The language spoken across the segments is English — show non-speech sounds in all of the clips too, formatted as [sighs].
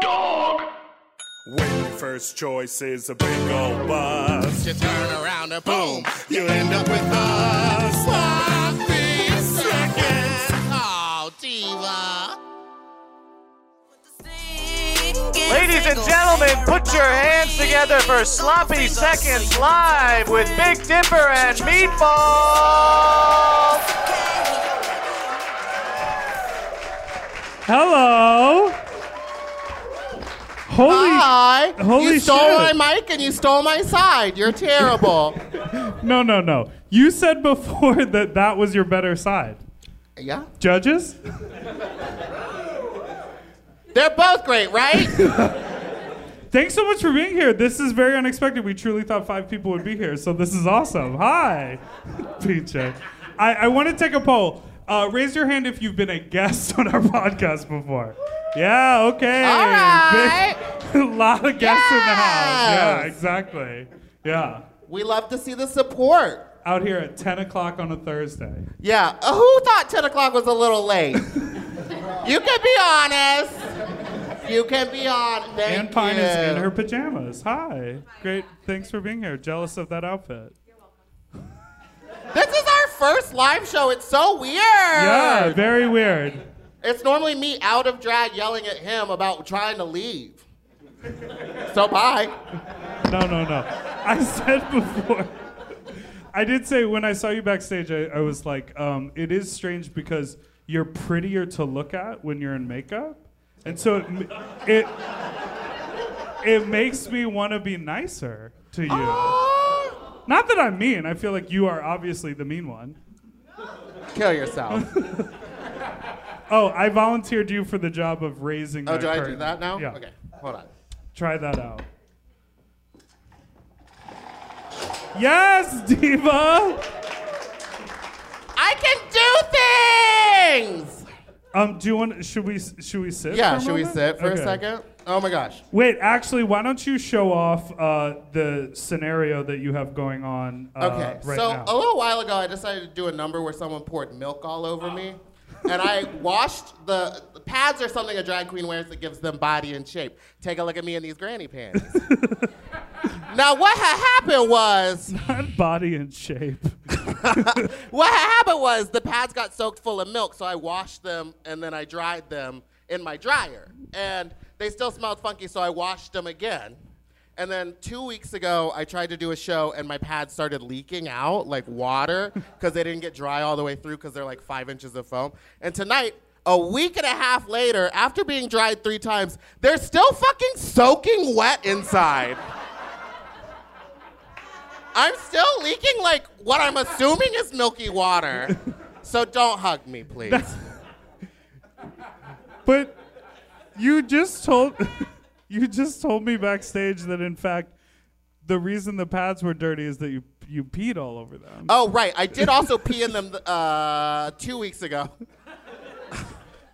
Dog. When your first choice is a big old bus, You turn around and boom, you end up with us. Sloppy seconds. Oh, diva. Ladies and gentlemen, put your hands together for Sloppy Seconds Live with Big Dipper and Meatballs. Hello. Holy Ah. Hi. Holy you stole shit. my mic and you stole my side. You're [laughs] terrible. no no no! You said before [laughs] that that was your better side. yeah. Judges, They're both great, right? thanks so much for being here. This is very unexpected. We truly thought five people would be here, so this is awesome. Hi, [laughs] PJ. I, I want to take a poll. Uh, raise your hand if you've been a guest [laughs] on our podcast before. Yeah. Okay. All right. Big- [laughs] a lot of guests in the house. Yeah. Yes. Exactly. Yeah. we love to see the support. Out here at 10 o'clock on a Thursday. Yeah. Uh, who thought 10 o'clock was a little late? you can be honest. You can be on. Thank Ann Pine you. is in her pajamas. Hi. Great. Thanks for being here. Jealous of that outfit. This is our first live show. It's so weird. Yeah, very weird. It's normally me out of drag yelling at him about trying to leave. so bye. No, no, no. [laughs] I said before. [laughs] I did say when I saw you backstage, I, I was like, um, it is strange because you're prettier to look at when you're in makeup. And so it, m- it, it makes me want to be nicer to you. Oh! Not that I'm mean. I feel like you are obviously the mean one. [laughs] Kill yourself. Oh, I volunteered you for the job of raising. Oh, that do I do curtain. that now? Yeah. Okay, hold on. Try that out. Yes, Diva. I can do things! Um, do you want? Should we? Should we sit? Yeah, for a should we moment? sit for Okay. a second? Oh my gosh. Wait, actually, why don't you show off uh, the scenario that you have going on? Uh, Okay, right so now. a little while ago, I decided to do a number where someone poured milk all [gasps] over me. And I washed the the pads or something a drag queen wears that gives them body and shape. Take a look at me in these [laughs] granny pants. now, what had happened was [laughs] body and shape. [laughs] What had happened was the pads got soaked full of milk, so I washed them and then I dried them in my dryer. And they still smelled funky, so I washed them again. And then two weeks ago, I tried to do a show and my pads started leaking out like water because they didn't get dry all the way through because they're like five inches of foam. And tonight, a week and a half later, after being dried three times, they're still fucking soaking wet inside. I'm still leaking like what I'm assuming is [laughs] milky water. So don't hug me, please. But you just told [laughs] you just told me backstage that in fact the reason the pads were dirty is that you you peed all over them. oh, right. I did also pee in them uh, two weeks ago.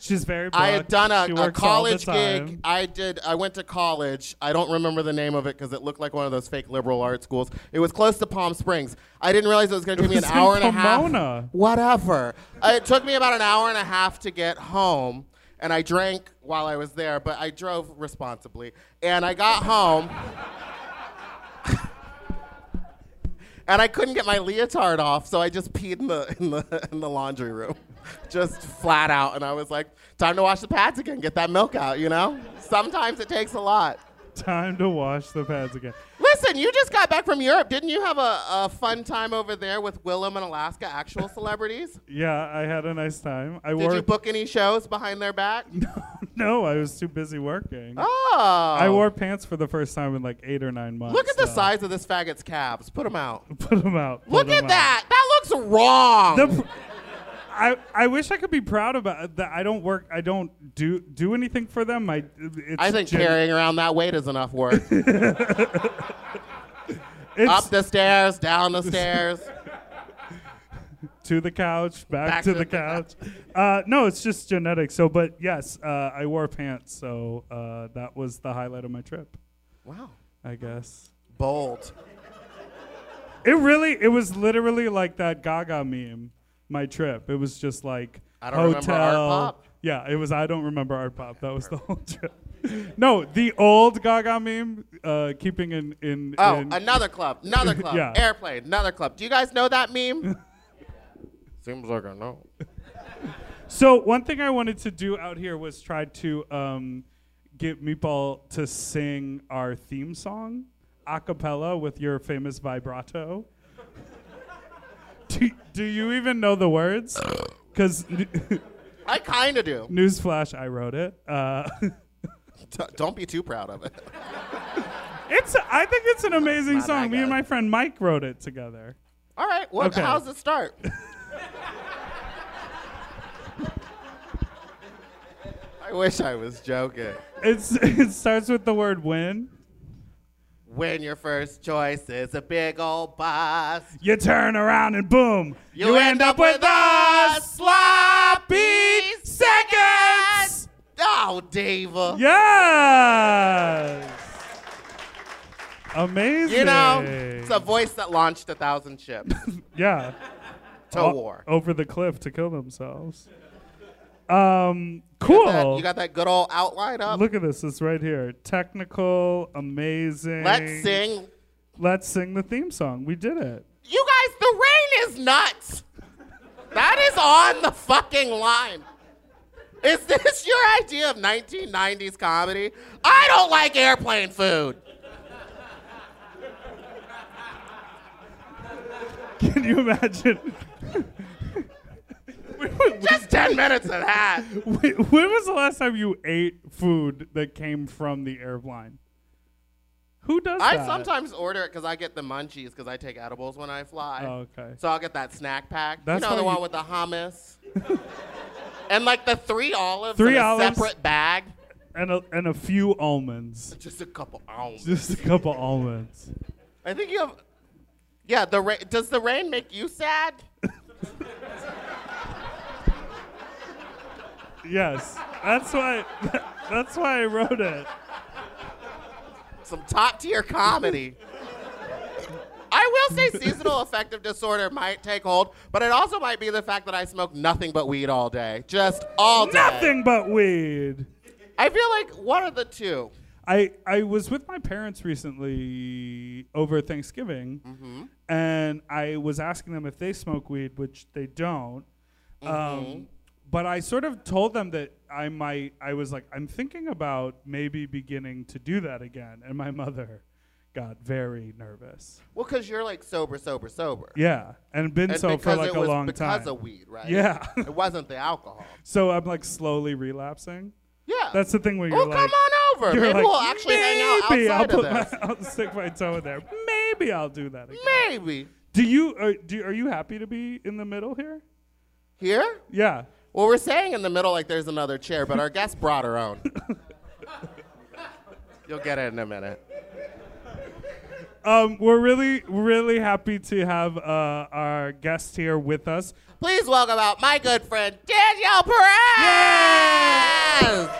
She's very. I had plucked. done a, She a works all the college gig. time. [laughs] I did. I went to college. I don't remember the name of it because it looked like one of those fake liberal arts schools. It was close to Palm Springs. I didn't realize it was going to take me an was in hour and a half. Pomona. Whatever. Uh, it took me about an hour and a half to get home, and I drank while I was there, but I drove responsibly, and I got home. And I couldn't get my leotard off, so I just peed in the in the in the laundry room, [laughs] just flat out. And I was like, "Time to wash the pads again. Get that milk out." You know. Sometimes it takes a lot. Time to wash the pads again. Listen, you just got back from Europe. Didn't you have a, a fun time over there with Willem and Alaska, [laughs] actual celebrities? Yeah, I had a nice time. I Did wore you book any shows behind their back? [laughs] no. I was too busy working. Oh. I wore pants for the first time in like eight or nine months. Look at the so- size of this faggot's calves. Put them out. [laughs] Put them out. put Look 'em at out. that. That looks wrong. The pr- I, I wish I could be proud about that. I don't work. I don't do do anything for them. I it's I think gen- carrying around that weight is [laughs] enough work. it's Up the stairs, down the stairs. to the couch, back, to, the, couch. Uh, no, it's just genetic. So, but yes, uh, I wore pants. So uh, that was the highlight of my trip, Wow. I guess. Bold. It really, it was literally like that Gaga meme. My trip. It was just like I don't remember hotel. Art Pop. Yeah, it was. I don't remember art pop. That was the whole trip. No, the old Gaga meme. Uh, keeping in in. Oh, in- another club, [laughs] another club, Yeah. airplane, another club. Do you guys know that meme? [laughs] Seems like I know. So one thing I wanted to do out here was try to um, get Meatball to sing our theme song a cappella with your famous vibrato. [laughs] do, do you even know the words? Because [laughs] I kind of do. newsflash, I wrote it. Uh, [laughs] T- don't be too proud of it. it's a- I think it's an amazing My song. Me bad, and guys. my friend Mike wrote it together. All right, what, Okay. how's it start? [laughs] I wish I was joking. It's [laughs] it starts with the word "win." When your first choice is a big old boss, You turn around and boom, you, end up with us. Sloppy seconds. Oh, Dava. Yes. Amazing. You know, it's a voice that launched a [laughs] thousand ships yeah. to O- war. Over the cliff to kill themselves. Um, cool. That- you got that good old outline up. Look at this. It's right here. Technical, amazing. Let's sing. Let's sing the theme song. We did it. [laughs] You guys, the rain is nuts. That is on the fucking line. Is this your idea of 1990s comedy? I don't like airplane food. Can you imagine? when, when- Just 10 minutes of [laughs] that. when- when was the last time you ate food that came from the airline? Who does I that? sometimes order it because I get the munchies because I take edibles when I fly. Oh, okay. So I'll get that snack pack. That's you how know the one you- with the hummus. [laughs] and like the three olives Three in a olives. separate bag. and a, and a few almonds. [laughs] Just a couple ounces. Just a couple almonds. I think you have. Yeah, the ra- does the rain make you sad? Yes, that's why. [laughs] That's why I wrote it. Some top tier comedy. I will say seasonal affective disorder might take hold, but it also might be the fact that I smoke nothing but weed all day, just all day. Nothing but weed. I feel like one of the two. I I was with my parents recently over Thanksgiving, Mm-hmm. and I was asking them if they smoke weed, which they don't. Mm-hmm. Um, but I sort of told them that I might. I was like, I'm thinking about maybe beginning to do that again, and my [laughs] mother got very nervous. Well, because you're like sober, sober, sober. Yeah, and been And so for because like it a was long time. because of weed, right? Yeah. it wasn't the alcohol. So I'm like slowly relapsing. Yeah. That's the thing where you're Oh, like, come on over. you're Maybe like, we'll actually hang out "Maybe I'll outside put of this. My, [laughs] I'll stick my toe in there. Maybe I'll do that again. Maybe. Do you are, do, are you happy to be in the middle here? Here? Yeah. Well, we're saying in the middle like there's another chair, but our guest brought her [laughs] own. You'll get it in a minute. Um, we're really really happy to have uh, our guest here with us. [laughs] Please welcome out my good friend Danielle Perez.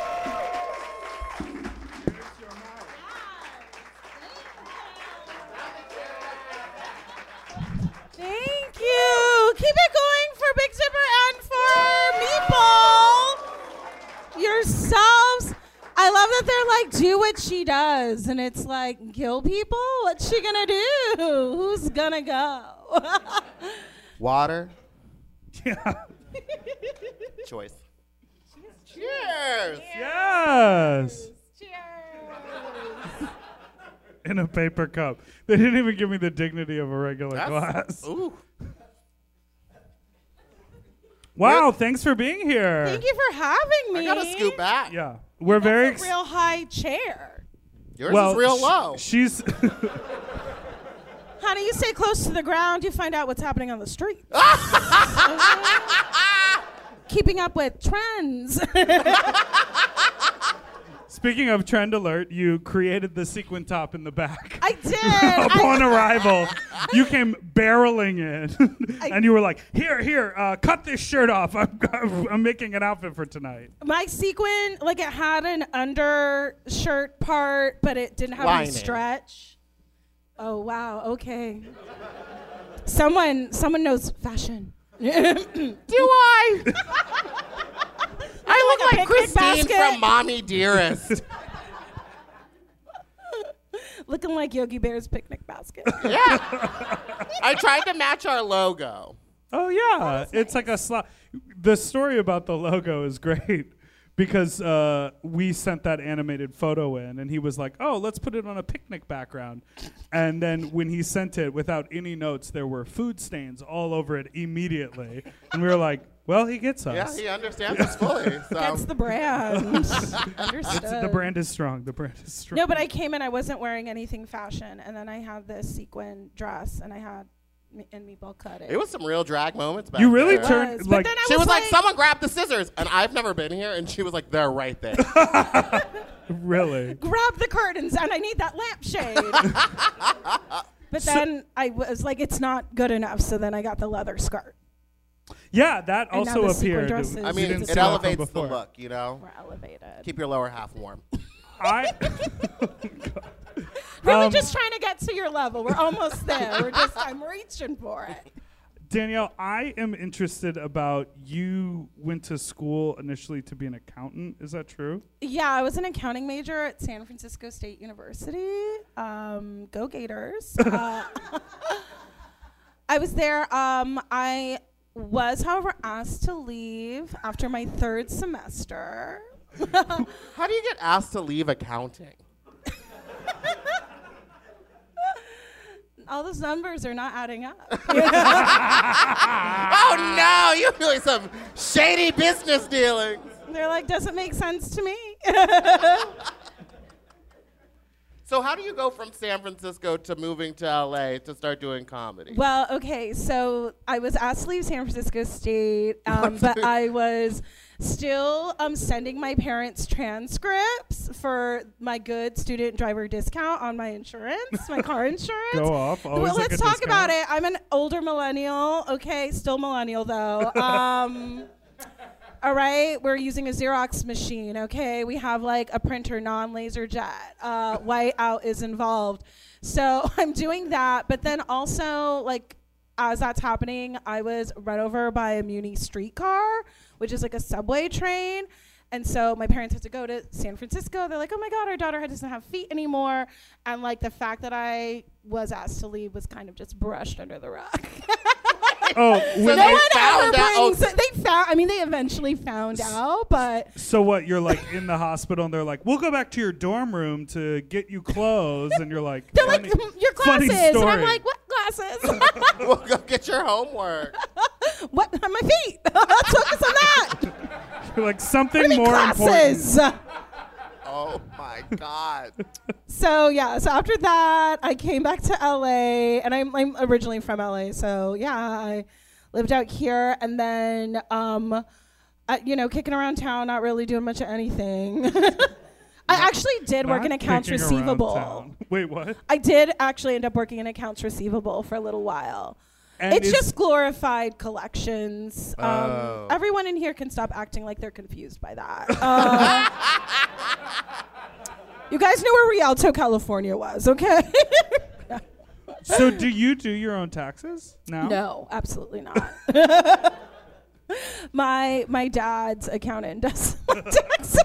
Thank you. Keep it going for Big Zipper and for Meatball. Yourselves. I love that they're like, do what she does. And it's like, kill people? What's she gonna do? Who's gonna go? [laughs] Water Yeah. choice. Cheers. Yes. Cheers. In a paper cup. They didn't even give me the dignity of a regular That's- glass. Ooh. Wow. Thanks for being here. Thank you for having me. I gotta scoot back. Yeah. We're very That's a real high chair. Yours well, is real sh- low. She's [laughs] Honey, you stay close to the ground, you find out what's happening on the street. keeping up with trends. [laughs] Speaking of trend alert, you created the sequin top in the back. I did. I, [laughs] Upon arrival, you came barreling in, and you were like, "Here, here, uh, cut this shirt off. I'm, I'm, I'm making an outfit for tonight." my sequin, like it had an undershirt part, but it didn't have Lining. any stretch. Oh wow. Okay. Someone, someone knows fashion. Do I? I look like, a picnic Christine basket. from [laughs] Mommy Dearest. [laughs] Looking like Yogi Bear's picnic basket. yeah. I tried to match our logo. Oh yeah, it's like a slot. The story about the logo is great because uh, we sent that animated photo in, and he was like, "Oh, let's put it on a picnic background." And then when he sent it without any notes, there were food stains all over it immediately, and we were like, "Well, he gets Yeah, us. he understands us fully. So. That's the brand. Understood. the brand is strong. The brand is strong." No, but I came in. I wasn't wearing anything fashion, and then I had this sequin dress, and I had me- and meatball cut it. it was some real drag moments back you really there. was, turned but like then I She was like, someone grabbed the scissors. And I've never been here. And she was like, they're right there. really. grab the curtains, and I need [laughs] that lampshade. but then I was like, it's not good enough. So then I got the leather skirt Yeah, that And now also the sequin appeared. dresses. I You mean, didn't see it that from elevates the before. look, you know? We're elevated. Keep your lower half warm. [laughs] [laughs] I really Um, just trying to get to your level. We're almost there. We're just I'm reaching for it. Danielle, I am interested about you went to school initially to be an accountant. Is that true? Yeah, I was an accounting major at San Francisco State University. Um, go Gators. Uh, I was there. Um, I was, however, asked to leave after my third semester. How do you get asked to leave accounting? All those numbers are not adding up. Oh, no. You're doing some shady business dealings. They're like, doesn't make sense to me. So, how do you go from San Francisco to moving to LA to start doing comedy? Well, okay, so I was asked to leave San [laughs] Francisco State, um, but I was still um, sending my parents transcripts for my good student driver discount on my insurance, [laughs] my car insurance. Go off, always Well, a let's good talk about discount. it. I'm an older millennial, okay, still [laughs] millennial though. Um, all right, we're using a Xerox machine, okay? We have like a printer, non laser jet. Uh, whiteout is involved. So [laughs] I'm doing that, but then also, like, as that's happening, I was run over by a Muni streetcar, which is like a subway train. And so my parents had to go to San Francisco. They're like, oh my God, our daughter doesn't have feet anymore. And like the fact that I was asked to leave was kind of just brushed under the rug. [laughs] Oh, So when they I- No one ever found out. oh, brings it- they found, I mean, they eventually found out, but so what? You're like in the hospital, and they're like, "We'll go back to your dorm room to get you clothes," and you're like, They're like, "Funny- "Mm, your funny glasses. And I'm story." like, what glasses? [laughs] well, [laughs] go get your homework. what? On my feet. [laughs] Let's focus on that. You're like something Any more important. glasses. Oh my God. So, yeah. So after that, I came back to LA and I'm, I'm originally from LA. So, yeah, I lived out here and then, um, uh, you know, kicking around town, not really doing much of anything. [laughs] I actually did work in Not accounts kicking around receivable. town. Wait, what? I did actually end up working in accounts receivable for a little while. And it's is- just glorified collections. Um, Oh. Everyone in here can stop acting like they're confused by that. [laughs] Um, you guys knew where Rialto, California was, okay? so. Do you do your own taxes now? no, absolutely not. [laughs] my my dad's accountant does [laughs] my taxes.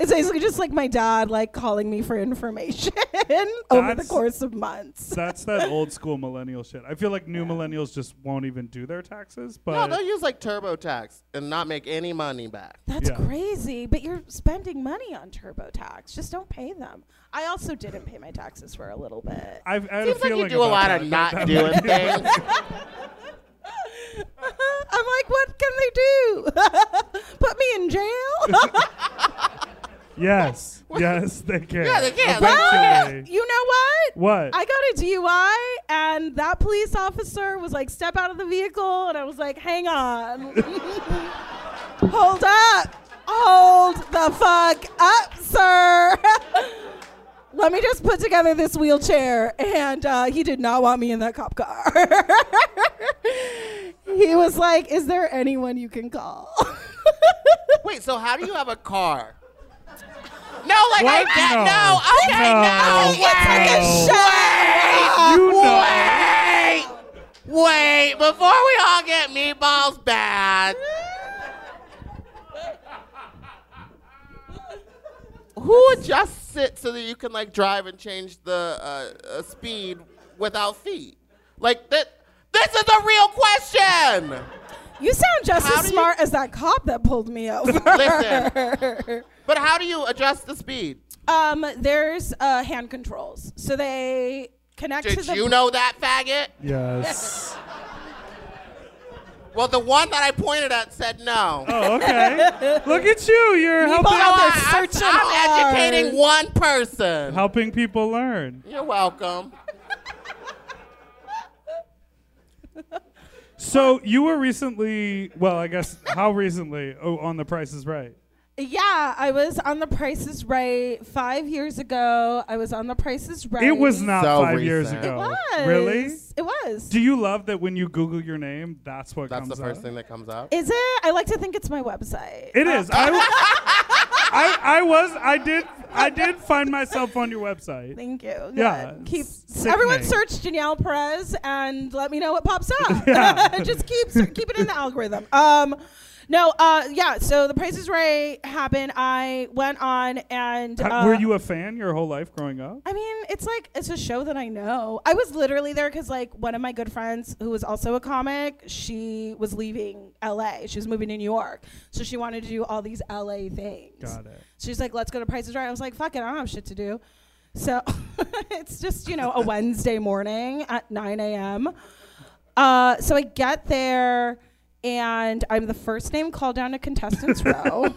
it's basically just like my dad like calling me for information [laughs] over the That's- course of months. That's that old school millennial shit. I feel like new millennials just won't even do their taxes. No, But they'll use like TurboTax and not make any money back. That's Yeah. crazy, but you're spending money on TurboTax. Just don't pay them. I also didn't pay my taxes for a little bit. [laughs] I've I had a Seems like feeling you do a about that. lot of not doing things. [laughs] [laughs] I'm like, what can they do? Put me in jail? Yes, [laughs] yes, they can. Yeah, they can. Eventually. [laughs] You know what? What? I got a DUI, and that police officer was like, step out of the vehicle. And I was like, hang on. [laughs] Hold up. Hold the fuck up, sir. [laughs] Let me just put together this wheelchair. And uh, he did not want me in that cop car. [laughs] he was like, is there anyone you can call? [laughs] Wait, so how do you have a car? No, like I What? get No. no. Okay, No. no. Wait, Wait, wait, wait, wait. like it's You know. Before we all get meatballs bad, who adjusts it so that you can like drive and change the uh, uh, speed without feet? Like that. This is a real question. you sound just How as do you- smart as that cop that pulled me over. Listen. But how do you adjust the speed? Um, there's uh, hand controls, so they connect to Did the. you know that, faggot? Yes. Well, the one that I pointed at said no. [laughs] Oh, okay. Look at you. You're helping, out there I- I'm, searching I'm hard. educating one person. helping people learn. You're welcome. So you were recently, well, I guess how recently? Oh, on The Price is Right. Yeah, I was on The Price Is Right five years ago. I was on The Price Is Right. It was not So five years recent. ago. It was. Really? It was. Do you love that when you Google your name, that's what That's comes the first up? thing that comes out. is it? I like to think it's my website. It is. [laughs] I, w- I, I was. I did. I did find myself on your website. Thank you. Yeah, Good. Keep sickening. everyone search Danielle Perez and let me know what pops up. [laughs] Yeah. [laughs] Just keep keep it in the algorithm. Um, no, uh, yeah. So the Price Is Right happened. I went on and Ha- uh, Were you a fan your whole life growing up? I mean, it's like it's a show that I know. I was literally there because like one of my good friends who was also a comic, she was leaving L.A. She was moving to New York, so she wanted to do all these L.A. things. Got it. She's like, "Let's go to Price is Right." I was like, "Fuck it, I don't have shit to do." So [laughs] it's just you know a Wednesday morning at 9 a.m. Uh, so I get there and I'm the first name called down to contestants row.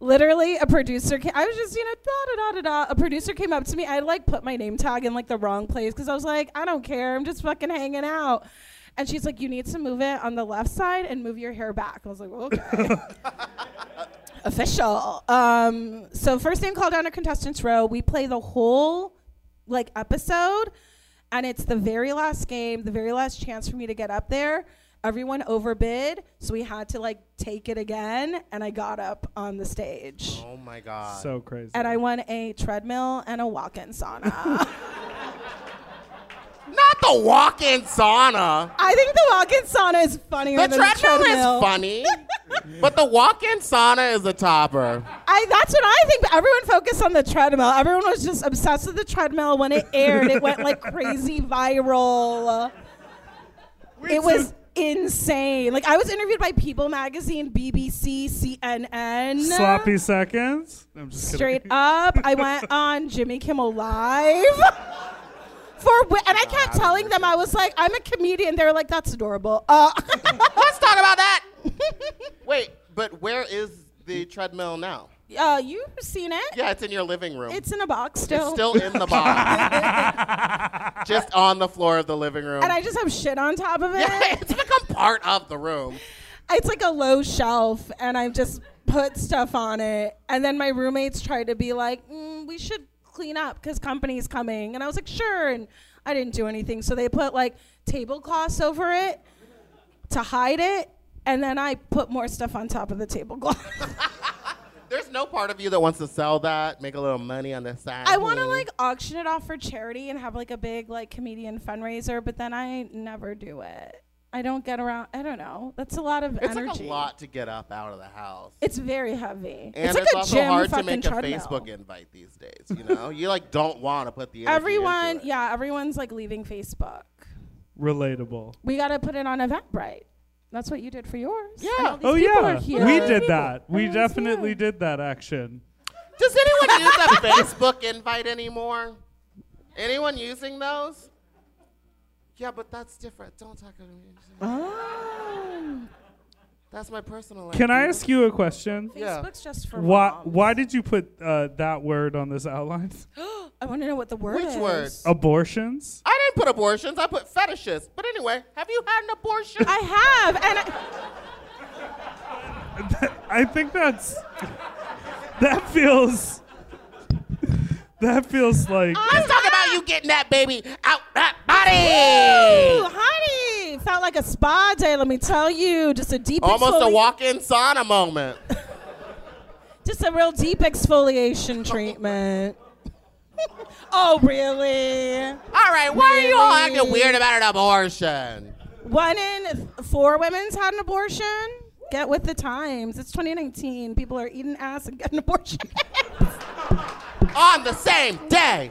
Literally, a producer. Came, I was just, you know, da da da da da. A producer came up to me. I like put my name tag in like the wrong place because I was like, I don't care. I'm just fucking hanging out. And she's like, you need to move it on the left side and move your hair back. I was like, okay. Official. Um, so first name called down to contestants row. We play the whole like episode and it's the very last game the very last chance for me to get up there everyone overbid so we had to like take it again and i got up on the stage Oh my god. So crazy. and i won a treadmill and a walk-in sauna [laughs] Not the walk-in sauna. i think the walk-in sauna is funnier The than treadmill, the treadmill is funny, but the walk-in sauna is a topper. I, that's what I think. But everyone focused on the treadmill. Everyone was just obsessed with the treadmill. When it aired, it went like crazy viral. it was insane. Like I was interviewed by People Magazine, BBC, CNN. sloppy seconds. I'm just kidding. Straight up, I [laughs] went on Jimmy Kimmel Live. For wi- and I kept telling them I was like I'm a comedian. They were like that's adorable. [laughs] Uh, [laughs] Let's talk about that. Wait, but where is the treadmill now? uh, you've seen it? Yeah, it's in your living room. It's in a box It's still in the box. Just on the floor of the living room. [laughs] and I just have shit on top of it. it's become part of the room. it's like a low shelf and i just put stuff on it and then my roommates tried to be like mm, we should clean up because company's coming and i was like sure and i didn't do anything so they put like tablecloths over it to hide it and then i put more stuff on top of the tablecloth [laughs] There's no part of you that wants to sell that, make a little money on the side. i want to Hmm. like auction it off for charity and have like a big like comedian fundraiser but then i never do it i don't get around i don't know that's a lot of It's energy like a lot to get up out of the house. it's very heavy and it's like it's a also gym hard to fucking make treadmill. a Facebook invite these days. You know, you like don't want to put the energy Everyone, into it. yeah, everyone's like leaving Facebook. Relatable. We gotta put it on Eventbrite. That's what you did for yours. Yeah. Oh yeah, we did People. that. We Everyone's definitely here. did that action. Does anyone use a Facebook invite anymore? Anyone using those? Yeah, but that's different. Don't talk about me. Oh. That's my personal. Can I idea. ask you a question? Yeah. Facebook's just for Why, moms. why did you put uh, that word on this [gasps] outline? I want to know what the word Which is. word? Abortions? I didn't put abortions. I put fetishes. But anyway, have you had an abortion? I have, and I, I think that's. That feels. That feels like. Let's talk about you getting that baby out that body. ooh, honey, felt like a spa day. Let me tell you, just a deep, Almost a exfoli- walk-in sauna moment. just a real deep exfoliation [laughs] treatment. oh, really? [laughs] All right, why are you all Really? acting weird about an abortion? One in four women's had an abortion. Get with the times. It's 2019. People are eating ass and getting [laughs] abortions. On the same day,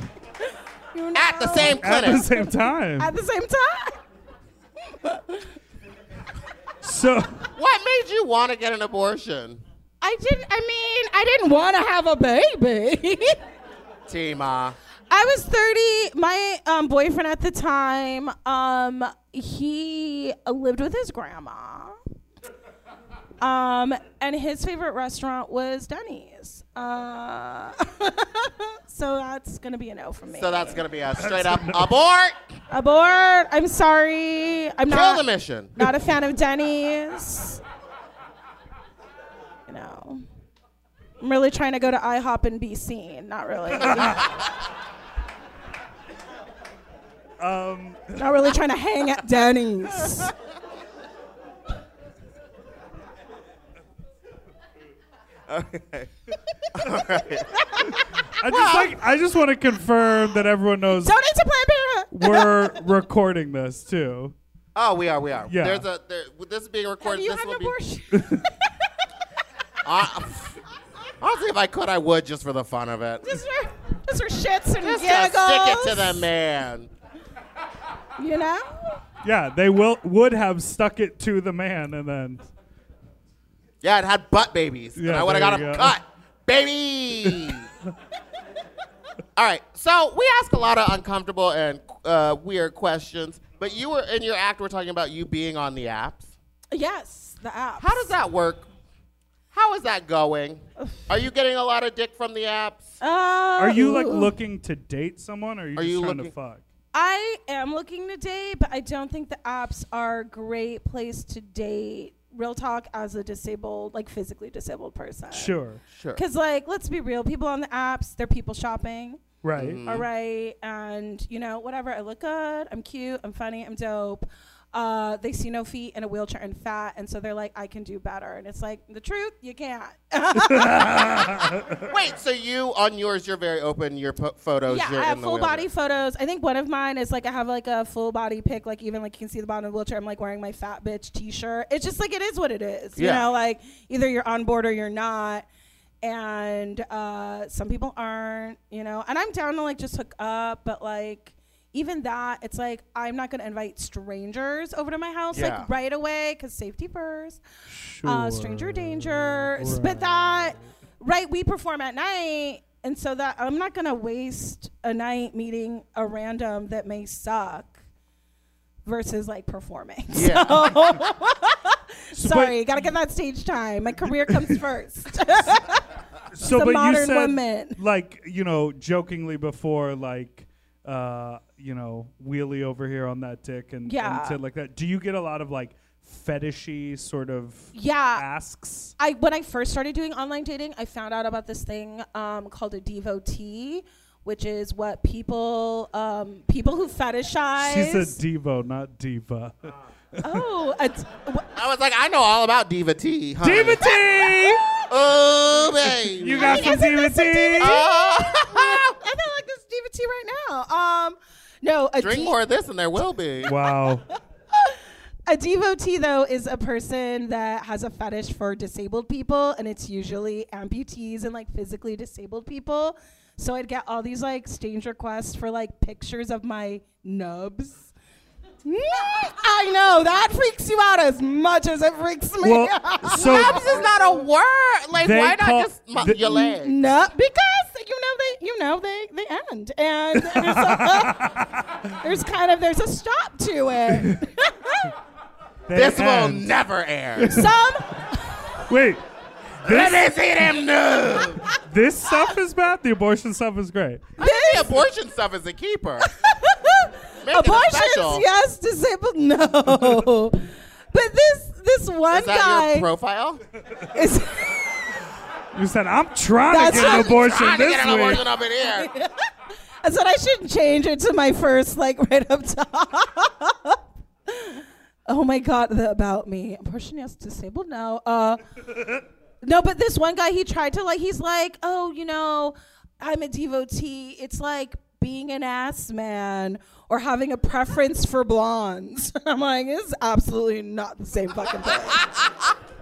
You at the know? same at the clinic. same time. At the same time. so, What made you want to get an abortion? I didn't. I mean, I didn't want to have a baby. Tima. [laughs] I was 30. My um, boyfriend at the time, um, he lived with his grandma. Um, and his favorite restaurant was Denny's. Uh, [laughs] so that's going to be a no from me. So that's going to be a straight [laughs] up abort. Abort. I'm sorry. I'm Kill not the mission. not a fan of Denny's. You know, I'm really trying to go to IHOP and be seen. Not [laughs] really. um, Um. not really trying to hang at Denny's. I just like I just want to confirm that everyone knows Donate to Planned Parenthood. [laughs] we're recording this too. Oh, we are, we are. Yeah. There's a there, this is being Have recorded. you this had an will be. abortion? [laughs] I- [laughs] honestly, if I could, I would just for the fun of it. These are- these are shits and Just to giggles. stick it to the man. You know? Yeah, they will would have stuck it to the man and then Yeah, it had butt babies. and Yeah, I would have got there you them go. cut. [laughs] Baby! All right, so we ask a lot of uncomfortable and uh, weird questions, but you were in your act, we're talking about you being on the apps. Yes, the app. How does that work? How is that [sighs] going? Are you getting a lot of dick from the [laughs] apps? Uh, Are you like looking to date someone or are you Are just you trying to looking- fuck? I am looking to date, but I don't think the apps are a great place to date. Real talk as a disabled, like physically disabled person. Sure. Sure. Because, like, let's be real, people on the apps, they're people shopping. Right. Mm-hmm. Mm. All right. And, you know, whatever. I look good. I'm cute. I'm funny. I'm dope. Uh, they see no feet and a wheelchair and fat. And so they're like, I can do better. And it's like, the truth, you can't. Wait, so you on yours, you're very open. Your po- photos, Yeah, you're I in have the full wheelchair. body photos. I think one of mine is like I have like a full body pic, like even like you can see the bottom of the wheelchair. I'm like wearing my fat bitch t-shirt. It's just like it is what it is. You Yeah. know, like either you're on board or you're not. And uh, some people aren't, you know. And I'm down to like just hook up, but like even that, it's like I'm not gonna invite strangers over to my house Yeah. like right away because safety first Sure. uh, stranger danger but that right we perform at night and so that i'm not gonna waste a night meeting a random that may suck versus like performing [laughs] Yeah. So, sorry gotta get that stage time my career [laughs] comes first But, so, a but you modern said woman. like you know jokingly before like uh you know wheelie over here on that dick and, Yeah. and shit like that. Do you get a lot of like fetishy sort of yeah asks? I when I first started doing online dating, I found out about this thing um, called a devotee, which is what people um, people who fetishize. She said Devo, not Diva. oh, a d- wh- I was like, I know all about Diva T. honey. Diva T! Oh, baby. [laughs] You got some Diva T! Ah. I feel like this diva tea right now. Um, no, a Drink de- more of this and there will be. Wow. A devotee though is a person that has a fetish for disabled people, and it's usually amputees and like physically disabled people. So I'd get all these like strange requests for like pictures of my nubs. [laughs] Mm, I know that freaks you out as much as it freaks me. Well, out. so This is not a word. Like, They why call- not just mu- the- your leg? No, because you know they, you know they, they end, and there's, a, there's kind of there's a stop to it. They This will end. never air. Some Wait, Let me see them nude. this stuff is bad. The abortion stuff is great. The abortion stuff is a [laughs] keeper. Make it a abortions, special. yes, [laughs] disabled, no. But this this one Is that guy your profile? is You said I'm trying That's to get an right. abortion Trying to this get an week. abortion up in here. I said I shouldn't change it to my first like right up top. [laughs] oh my god, the about me. Abortion yes, disabled no. Uh No, but this one guy he tried to like he's like, "Oh, you know, I'm a devotee. It's like being an ass man or having a preference for blondes." [laughs] I'm like, "It's absolutely not the same fucking thing." [laughs]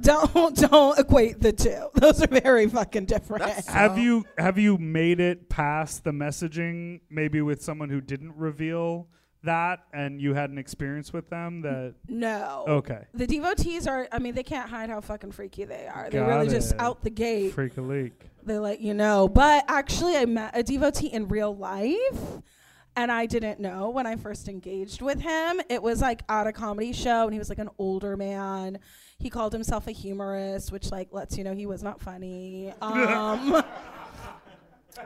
don't don't equate the two. Those are very fucking different. Have you have you made it past the messaging maybe with someone who didn't reveal that and you had an experience with them that No. Okay. The devotees are, I mean, they can't hide how fucking freaky they are. They're Got really just it. out the gate. freak a leak? They let you know. But actually, I met a devotee in real life. And I didn't know when I first engaged with him. It was like at a comedy show, and he was like an older man. He called himself a humorist, which like lets you know he was not [laughs] funny. Um,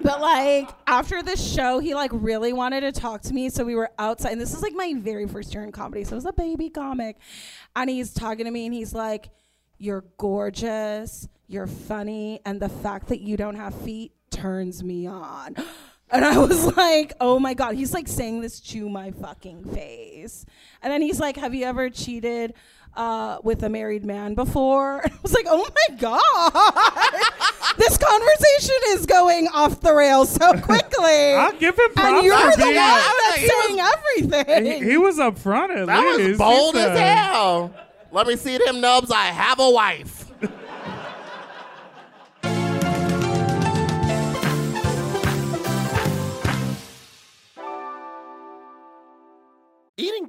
But like after the show, he like really wanted to talk to me. So we were outside, and this is like my very first year in comedy. So I was a baby comic, and he's talking to me, and he's like, "You're gorgeous, you're funny, and the fact that you don't have feet turns me on." [gasps] And I was [laughs] like, "Oh my god!" He's like saying this to my fucking face, and then he's like, "Have you ever cheated?" Uh, with a married man before. [laughs] I was like, oh my God this conversation is going off the rails [laughs] so quickly. I'll give him props and you're for the one being- that's He was- saying everything. He, he was up front at That least. was He bold as said- hell. Let me see them nubs. I have a wife. Eating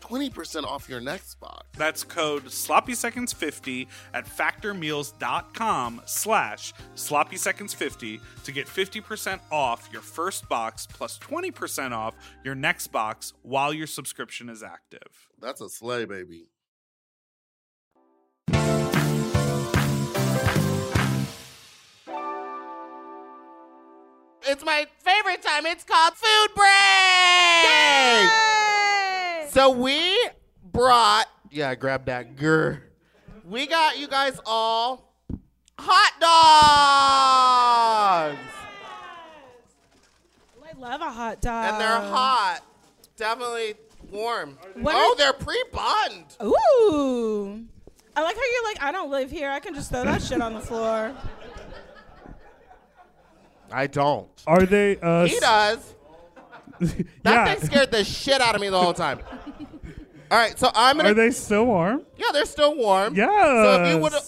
20% off your next box. That's code sloppyseconds50 at factormeals.com slash sloppyseconds50 to get 50% off your first box plus 20% off your next box while your subscription is active. That's a sleigh, baby. It's my favorite time. It's called food break. So we brought Yeah, grab that grr. We got you guys all hot dogs. I love a hot dog. And they're hot. Definitely warm. Uh. What oh, are- they're pre-bunned. Ooh. I like how you're like, I don't live here. I can just throw that shit on the floor. I don't. Are they? Uh, He [laughs] does. That yeah. thing scared the shit out of me the whole time. All right, so I'm gonna. Are they still warm? yeah, they're still warm. Yes. So if you want to,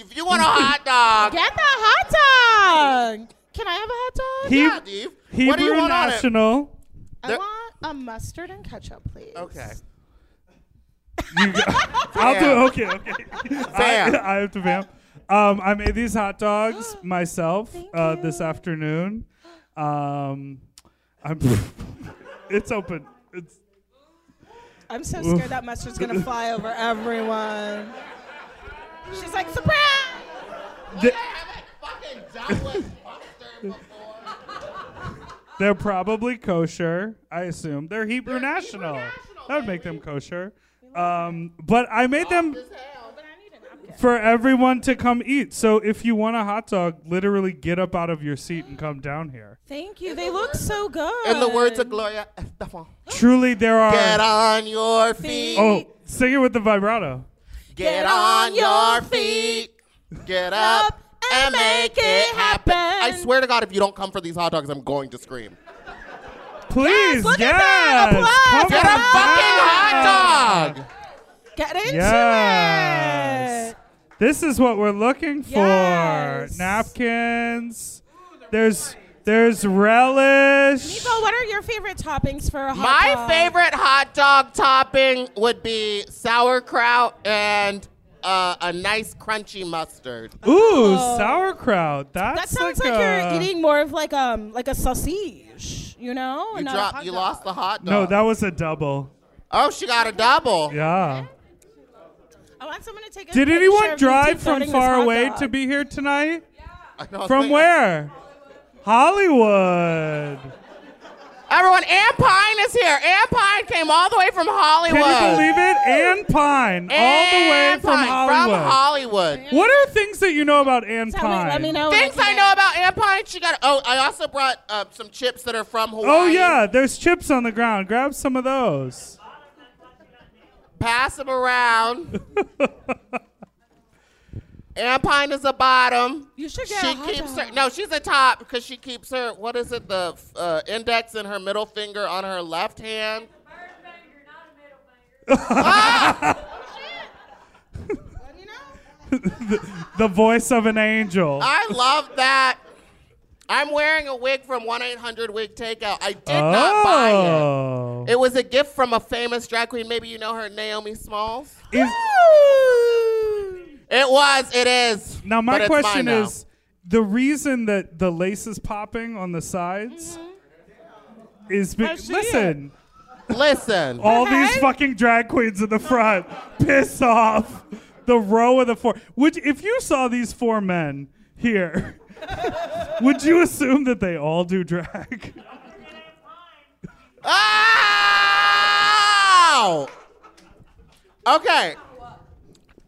if you want a hot dog, [laughs] Get the hot dog. Can I have a hot dog? [laughs] He- yeah, Dave. Hebrew what do you want on national. I there- want a mustard and ketchup, please. it? Okay. [laughs] I'll Fam. do okay. Okay. [laughs] Fam. I, I have to vamp. Um, I made these hot dogs myself uh, this afternoon. Um, I'm. [laughs] it's open. It's I'm so scared that mustard's gonna fly over everyone. She's like, surprise! th- I haven't fucking done with mustard before. they're probably kosher. I assume they're Hebrew national. that would make them kosher. Um, but I made them for everyone to come eat. So if you want a hot dog, literally get up out of your seat and come down here. Thank you. They look so good. In the words of Gloria Estefan, Truly, there are. get on your feet. Oh, sing it with the vibrato. Get on your feet. Get up and make it happen. I swear to God, if you don't come for these hot dogs, I'm going to scream. Please, yes. look at that. Applause. Come Get a fucking on. hot dog. Get into Yes. it. This is what we're looking for. Yes. Napkins. There's there's relish. Meepo, what are your favorite toppings for a hot My dog? favorite hot dog topping would be sauerkraut and uh, a nice crunchy mustard. Ooh, sauerkraut. That's That sounds like, a- you're eating more of like um like a sausage, you know? and You not a dropped. hot You dog. lost the hot dog. No, Oh, that was a double. oh, she got a double. Yeah. I want someone to take a Did picture of anyone you drive from deep-throating this far hot away dog. to be here tonight? I don't From think- where? Hollywood. Everyone, Ann Pine is here. Ann Pine came all the way from Hollywood. Can you believe it? Anne Pine, all Ann the way from Pine, Hollywood. From Hollywood. What are things that you know about Anne Tell me, Pine? let me know. when Things can I get- know about Ann Pine. She got. Oh, I also brought uh, some chips that are from Hawaii. Oh yeah, there's chips on the ground. Grab some of those. Pass them around. Ann Pine is a bottom. You should get she a hot keeps dog. her no she's a top because she keeps her what is it the uh, index and her middle finger on her left hand [laughs] Ah, The voice of an angel. i love that i'm wearing a wig from 1-800 wig takeout i did not buy oh. it it was a gift from a famous drag queen maybe you know her naomi smalls Is- it was it is now my but it's mine question now. is the reason that the lace is popping on the sides is I because see listen, listen all these Okay. fucking drag queens in the front piss off the row of the four. Which if you saw these four men here, [laughs] would you assume that they all do drag? [laughs] Ow! Oh! Okay.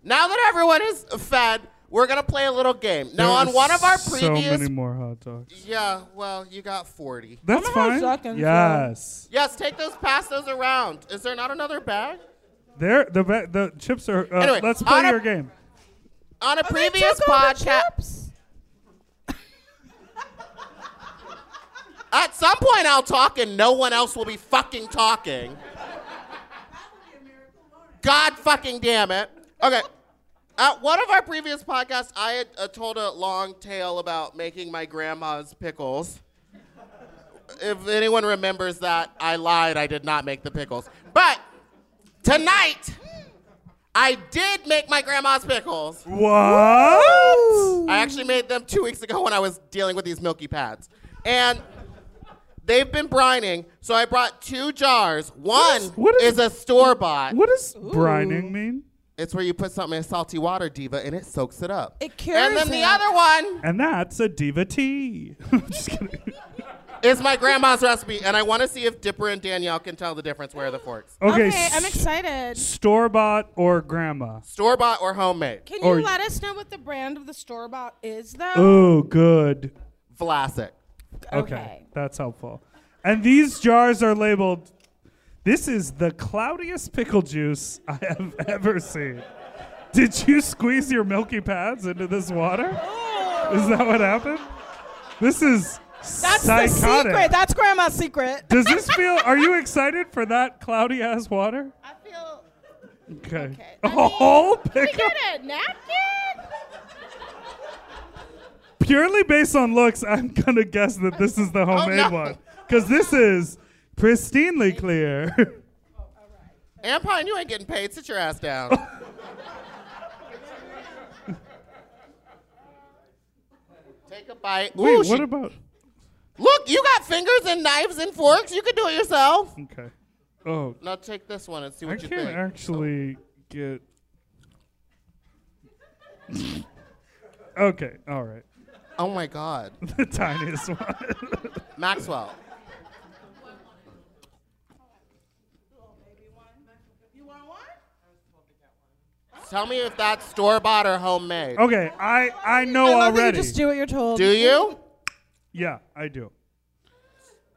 Now that everyone is fed, we're gonna play a little game. Now, There on are one of our so previous, many more hot dogs. yeah, well, you got forty. That's gonna have fine. seconds, yeah. yes, Yes, take those, pass those around. Is there not another bag? there. The ba- the chips are. Uh, Anyway, let's play on a- your game. On a Are they previous chocolate podcast, chips? at some point I'll talk and no one else will be fucking talking. God fucking damn it. Okay. At one of our previous podcasts, I had uh, told a long tale about making my grandma's pickles. If anyone remembers that, I lied. I did not make the pickles. But tonight, I did make my grandma's pickles. What? I actually made them two weeks ago when I was dealing with these milky pads. And they've been brining, so I brought two jars. One is what is- a store bought. What does brining mean? It's where you put something in salty water, Diva, and it soaks it up. It cures And then it. the other one [laughs] And that's a diva tea. I'm just kidding. It's my grandma's recipe, and I want to see if Dipper and Danielle can tell the difference. Where are the forks? Okay, I'm excited. store bought or grandma? Store bought or homemade? Can Or- you let us know what the brand of the store bought is, though? Oh, good. Vlasic. Okay. Okay. that's helpful. And these jars are labeled. This is the cloudiest pickle juice I have [laughs] ever seen. Did you squeeze your milky pads into this water? Is that what happened? This is That's the psychotic. secret. That's grandma's secret. Does this feel? Are you excited for that cloudy ass water? I feel. Okay. Oh, I [laughs] A mean, whole We pickle, got a napkin. purely based on looks. I'm gonna guess that this is Oh, the homemade no. one because this is pristinely clear. [laughs] Ampine, you ain't getting paid. Sit your ass [laughs] down. Take a bite. Wait, Ooh, what she- about? Look, you got fingers and knives and forks. You can do it yourself. Okay. Oh, Now take this one and see I what you can't think. actually [laughs] get. okay. All right. [laughs] Oh my God, The tiniest one. Maxwell. Tell me if that's store bought or homemade. Okay. I I know I love that already. you just do what you're told. Do you? yeah, I do.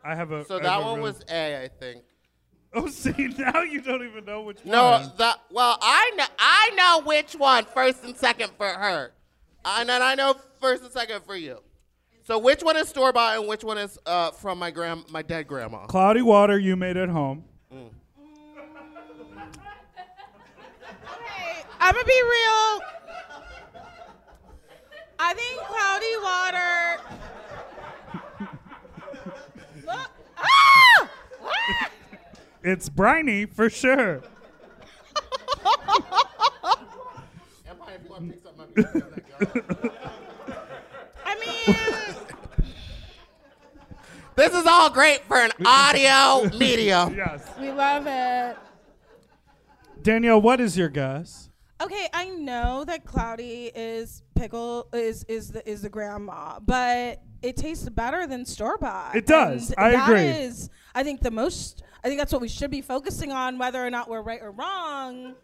I have a. So I have that a one real- was A, I think. [laughs] Oh, see, now you don't even know which one. No, the well, I know I know which one first and second for her, and then I know first and second for you. So which one is store bought and which one is uh, from my grand my dead grandma? Cloudy water you made at home. I'm gonna be real. I think cloudy water. Look. Ah! Ah! It's briny for sure. I mean, This is all great for [laughs] an audio medium. Yes. we love it. Danielle, what is your guess? Okay, I know that cloudy is pickle is is the is the grandma, but it tastes better than store bought. It does. I that agree. is, I think the most. I think that's what we should be focusing on, whether or not we're right or wrong.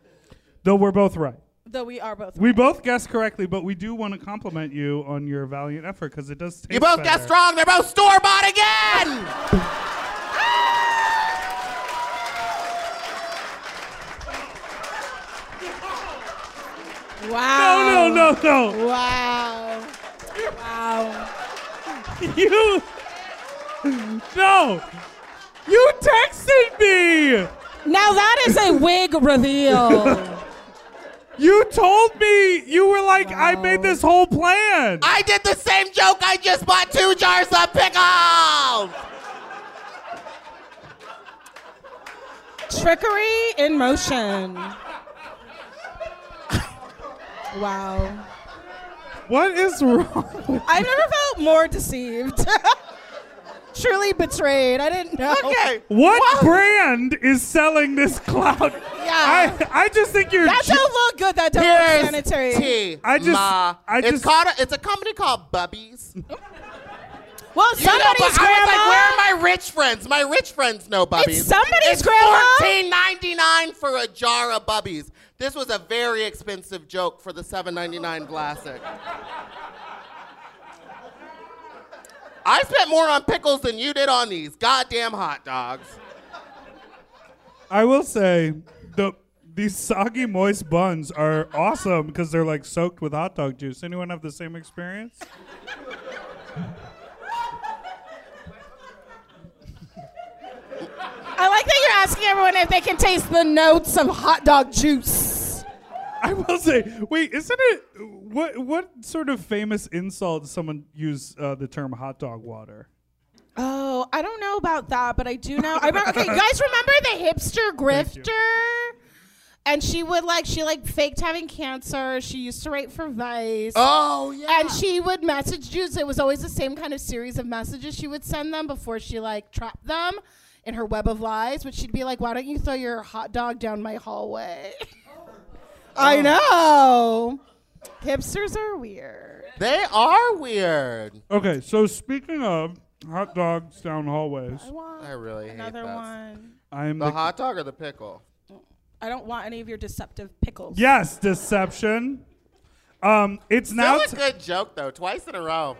Though we're both right. Though we are both. We right. both guessed correctly, but we do want to compliment you on your valiant effort because it does taste You both got better. strong. They're both store bought again. Wow. No, Oh, no, no, no. Wow. Wow. You. No. You texted me. Now that is a wig reveal. You told me. You were like, I made this whole plan. I did the same joke. I just bought two jars of pickles. Trickery in motion. Wow. what is wrong? with- I've never felt more deceived. [laughs] Truly betrayed. I didn't know. Okay. What brand is selling this cloud? Yeah. I, I just think you're. That ju- don't look good. That don't Here's look sanitary. tea. I just- Ma. I it's just- called. A, it's a company called Bubbies. Well, You know, somebody's but I was grandma. like, where are my rich friends? My rich friends know Bubbies. It's somebody's it's grandma. Fourteen ninety nine for a jar of Bubbies. This was a very expensive joke for the seven ninety nine classic. I spent more on pickles than you did on these goddamn hot dogs. I will say the these soggy moist buns are awesome because they're like soaked with hot dog juice. Anyone have the same experience? I like that you're asking everyone if they can taste the notes of hot dog juice. I will say, wait, isn't it what what sort of famous insult does someone use uh, the term hot dog water? Oh, I don't know about that, but I do know. I remember, okay, you guys remember the hipster you. grifter? And she would like she like faked having cancer. She used to write for Vice. Oh yeah. And she would message dudes. It was always the same kind of series of messages she would send them before she like trapped them in her web of lies. Which she'd be like, "Why don't you throw your hot dog down my hallway?" I know. Hipsters are weird. They are weird. Okay, so speaking of hot dogs down hallways. I want I really hate another that. one. I'm The the- hot dog or the pickle? I don't want any of your deceptive pickles. yes, deception. Um, it's now That was a t- good joke though. Twice in a row.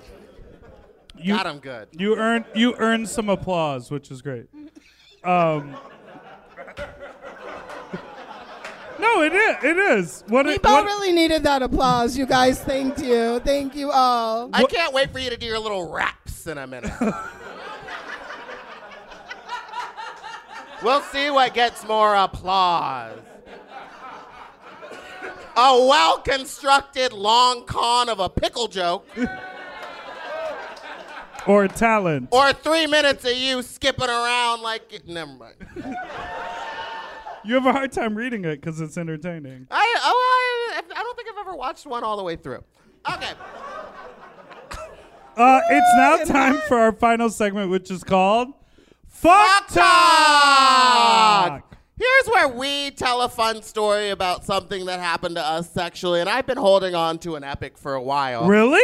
you, Got him good. You earned you earned some applause, which is great. Um, [laughs] no, it is. It is. What, it, People what- really needed that applause, you guys. Thank you. Thank you all. I can't wait for you to do your little raps in a minute. we'll see what gets more applause. A well constructed long con of a pickle joke, or talent? or three minutes of you skipping around like. Never mind. you have a hard time reading it because it's entertaining. I, oh, I, I don't think I've ever watched one all the way through. Okay. Uh, it's now time for our final segment, which is called Fuck Talk! Talk. Here's where we tell a fun story about something that happened to us sexually, and I've been holding on to an epic for a while. Really?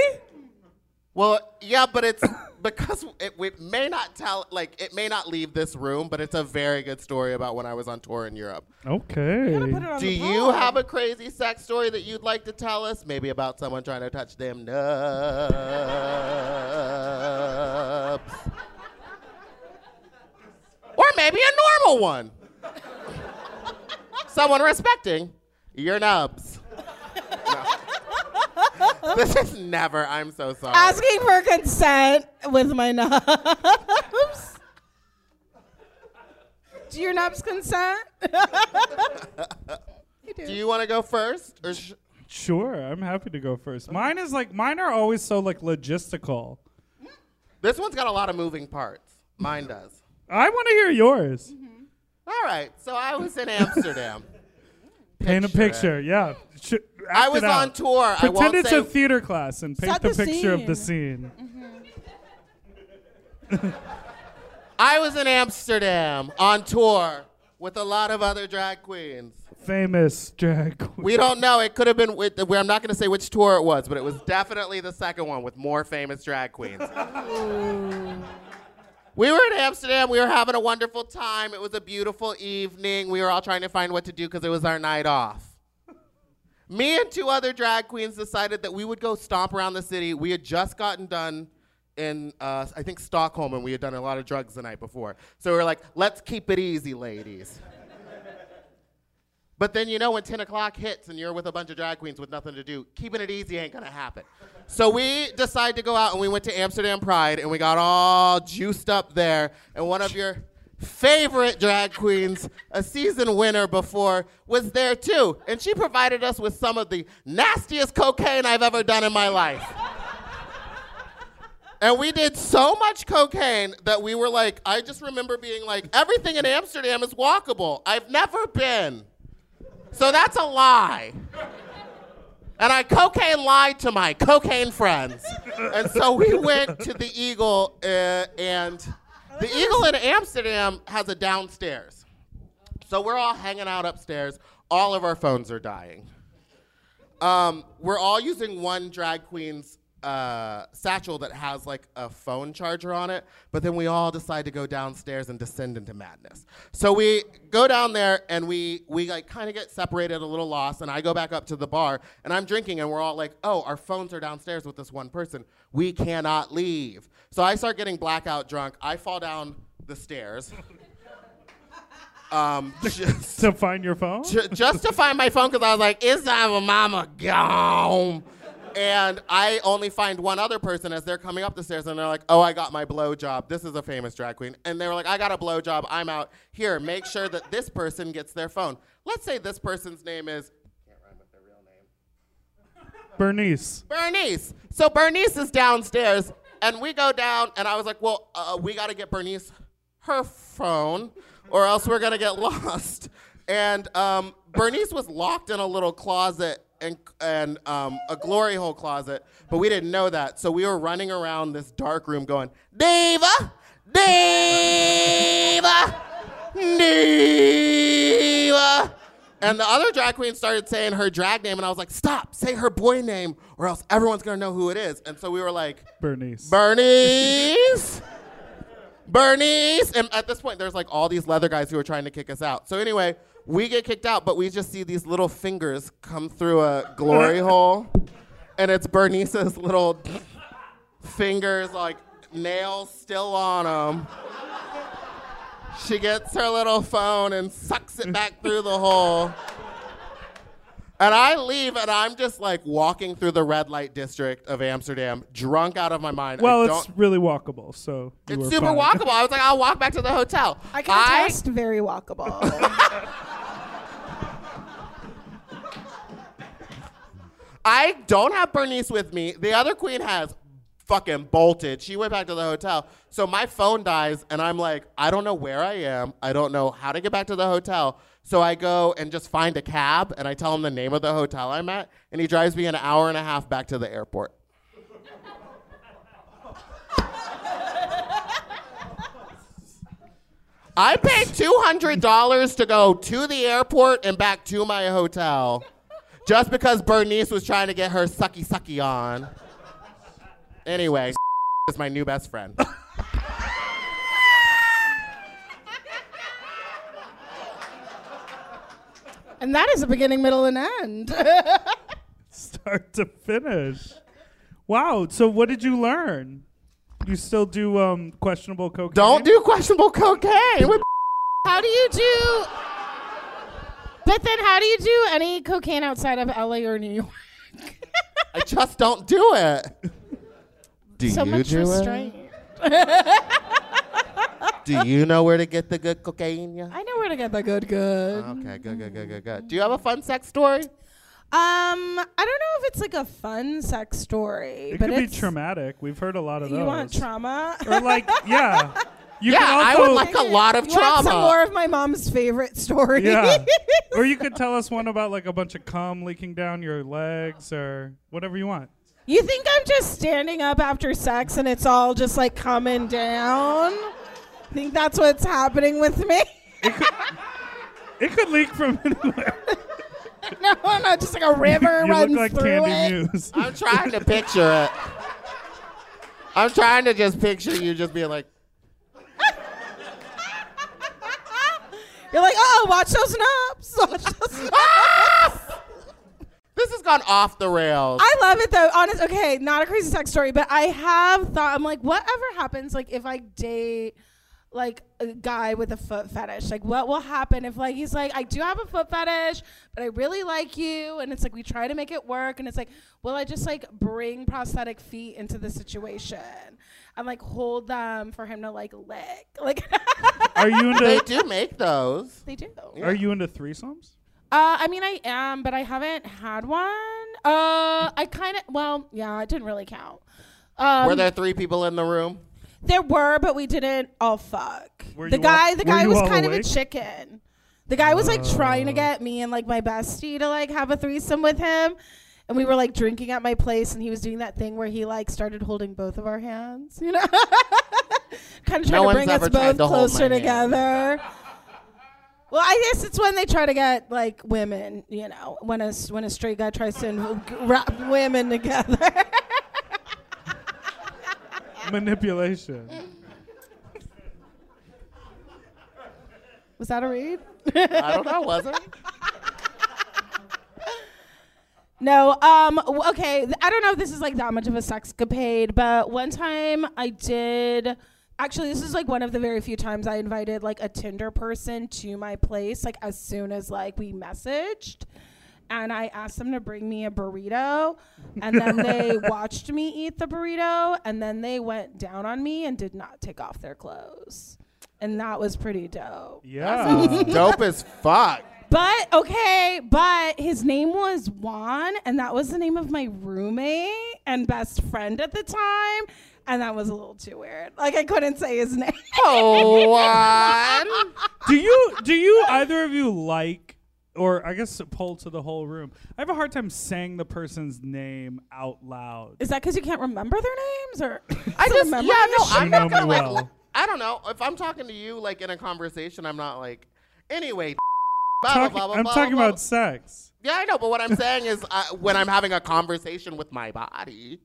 Well, yeah, but it's [coughs] because it we may not tell, like, it may not leave this room, but it's a very good story about when I was on tour in Europe. Okay. Put it on Do the you pod. have a crazy sex story that you'd like to tell us? Maybe about someone trying to touch them nubs. or maybe a normal one. someone respecting your nubs. No. this is never, I'm so sorry. asking for consent with my [laughs] nubs? Do your nubs consent? Do you want to go first? Or sh- Sure, I'm happy to go first. Mine is like mine are always so like logistical. this one's got a lot of moving parts. Mine does. I want to hear yours. Mm-hmm. All right, so I was in Amsterdam. Paint a Picture it. picture. Yeah. Sh- I act was it out. on tour. I Pretend won't it's say a theater class and paint Set the, the picture of the scene. Mm-hmm. I was in Amsterdam on tour with a lot of other drag queens. Famous drag queen. We don't know. It could have been. With, I'm not going to say which tour it was, but it was definitely the second one with more famous drag queens. we were in Amsterdam. We were having a wonderful time. It was a beautiful evening. We were all trying to find what to do because it was our night off. Me and two other drag queens decided that we would go stomp around the city. We had just gotten done in, uh, I think, Stockholm, and we had done a lot of drugs the night before. So we were like, let's keep it easy, ladies. But then you know when 10 o'clock hits and you're with a bunch of drag queens with nothing to do, keeping it easy ain't gonna happen. So we decided to go out and we went to Amsterdam Pride and we got all juiced up there. And one of your favorite drag queens, a season winner before, was there too. And she provided us with some of the nastiest cocaine I've ever done in my life. And we did so much cocaine that we were like, I just remember being like, everything in Amsterdam is walkable. I've never been. So that's a lie. And I cocaine lied to my cocaine friends. And so we went to the Eagle, uh, and the Eagle in Amsterdam has a downstairs. So we're all hanging out upstairs. All of our phones are dying. Um, we're all using one drag queen's uh, satchel that has like a phone charger on it, but then we all decide to go downstairs and descend into madness. So we go down there and we we like kind of get separated a little lost, and I go back up to the bar and I'm drinking, and we're all like, oh, our phones are downstairs with this one person. We cannot leave. So I start getting blackout drunk. I fall down the stairs. [laughs] um, just to find your phone? ju- just to find my phone because I was like, it's time for mama gone. And I only find one other person as they're coming up the stairs and they're like, oh, I got my blowjob. This is a famous drag queen. And they were like, I got a blowjob. I'm out. Here, make sure that this person gets their phone. Let's say this person's name is Bernice. Bernice. So Bernice is downstairs, and we go down, and I was like, well, uh, we got to get Bernice her phone, or else we're going to get [laughs] lost. And um, Bernice was locked in a little closet. And, and um, a glory hole closet, but we didn't know that. So we were running around this dark room going, Diva, Diva, Diva. And the other drag queen started saying her drag name, and I was like, stop, say her boy name, or else everyone's gonna know who it is. And so we were like, Bernice. Bernice, [laughs] Bernice. And at this point, there's like all these leather guys who are trying to kick us out. So anyway, we get kicked out, but we just see these little fingers come through a glory hole, and it's Bernice's little fingers, like nails still on them. She gets her little phone and sucks it back through the hole. And I leave, and I'm just like walking through the red light district of Amsterdam, drunk out of my mind. I Well, don't- it's really walkable, so you it's were super fine. walkable. I was like, I'll walk back to the hotel. I contest very [laughs] walkable. I don't have Bernice with me. The other queen has fucking bolted. She went back to the hotel. So my phone dies, and I'm like, I don't know where I am. I don't know how to get back to the hotel. So I go and just find a cab, and I tell him the name of the hotel I'm at, and he drives me an hour and a half back to the airport. I paid $200 to go to the airport and back to my hotel just because Bernice was trying to get her sucky sucky on. Anyway, [laughs] is my new best [laughs] friend. and that is a beginning, middle, and end. [laughs] start to finish. Wow. So what did you learn? You still do um, questionable cocaine? Don't do questionable cocaine. with- how do you do? But then, how do you do any cocaine outside of LA or New York? I [laughs] just don't do it. Do so you much do restraint. it? Do you know where to get the good cocaine? [laughs] Yeah? I know where to get the good, good. Okay, good, good, good, good, good. Do you have a fun sex story? Um, I don't know if it's like a fun sex story, It but could it's be traumatic. We've heard a lot of those. you want trauma. Or [laughs] like, yeah. You Yeah, can I also, would like a lot of you want some trauma. more of my mom's favorite story. [laughs] [laughs] Yeah. or you could tell us one about like a bunch of cum leaking down your legs or whatever you want. you think I'm just standing up after sex and it's all just like coming down? Think that's what's happening with me? [laughs] It could leak from [laughs] anywhere. no, I'm not just like a river you runs look like through it. Candy Muse. I'm trying to picture it. I'm trying to just picture you just being like, [laughs] You're like, oh, watch those knobs. [laughs] Watch those knobs. this has gone off the rails. I love it though. Honest, okay, not a crazy sex story, but I have thought. I'm like, whatever happens, like if I date like a guy with a foot fetish, like what will happen if like he's like, I do have a foot fetish, but I really like you, and it's like we try to make it work, and it's like, will I just like bring prosthetic feet into the situation and like hold them for him to like lick? Like [laughs] Are you they [laughs] into do make those. they do. Are you into threesomes? Uh, I mean, I am, but I haven't had one. Uh, I kind of, well, yeah, it didn't really count. Um, Were there three people in the room? There were, but we didn't all fuck. Were the you guy, all- the were guy you was all kind awake? Oh. of a chicken. The guy was like trying to get me and like my bestie to like have a threesome with him, and we were like drinking at my place, and he was doing that thing where he like started holding both of our hands, you know, [laughs] kind of trying to one's bring us ever tried both to hold closer my hand. together. Well, I guess it's when they try to get like women, you know, when a s- when a straight guy tries to [laughs] inv- wrap women together. [laughs] Manipulation. was that a read? I don't know, [laughs] was it? No, um, w- okay. th- I don't know if this is like that much of a sexcapade, but one time I did. Actually, this is like one of the very few times I invited like a Tinder person to my place, like as soon as like we messaged, and I asked them to bring me a burrito, and then they watched me eat the burrito, and then they went down on me and did not take off their clothes, and that was pretty dope. Yeah. Dope as fuck. But okay, but his name was Juan, and that was the name of my roommate and best friend at the time, and that was a little too weird. Like I couldn't say his [laughs] name. Oh, [laughs] one. do you do you either of you like or I guess a poll to the whole room. I have a hard time saying the person's name out loud. Is that because you can't remember their [coughs] names, or I So just, yeah, remember no, this I'm You know not gonna me like. well. li- I don't know if I'm talking to you like in a conversation. I'm not like. Anyway, [laughs] blah, blah, Talk- blah, blah, I'm blah, talking blah, about sex. blah. Yeah, I know, but what I'm saying is uh, when I'm having a conversation with my body.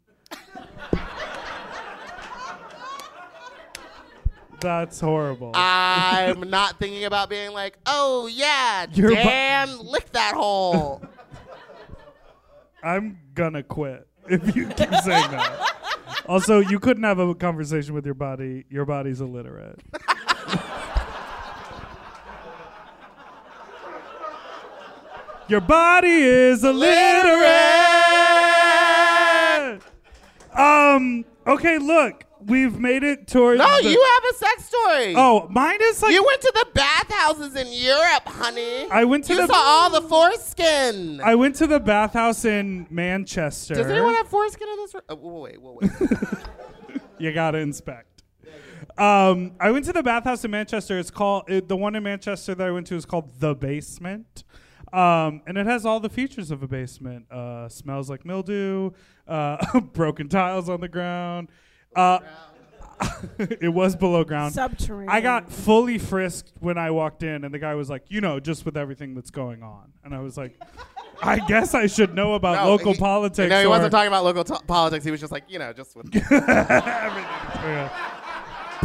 That's horrible. [laughs] I'm not thinking about being like, oh yeah, You're bu- Dan, lick that [laughs] hole. I'm gonna quit if you keep saying that. Also, you couldn't have a conversation with your body. Your body's illiterate. your body is illiterate. Um. Okay. Look, we've made it towards. no, the- you have a sex story. Oh, mine is [laughs] like. you went to the bathhouses in Europe, honey. I went to you the- saw all the foreskin. I went to the bathhouse in Manchester. Does anyone have foreskin in this room? Oh, wait, wait, wait. [laughs] wait. you gotta inspect. Um, I went to the bathhouse in Manchester. It's called it, the one in Manchester that I went to is called the Basement, um, and it has all the features of a basement. Uh, smells like mildew, uh, [laughs] broken tiles on the ground. Uh, [laughs] it was below ground. Subterranean. I got fully frisked when I walked in, and the guy was like, "You know, just with everything that's going on," and I was like. I guess I should know about No, local he- politics. Oh, No, he or- wasn't talking about local to- politics. He was just like, you know, just [laughs] with But [laughs] he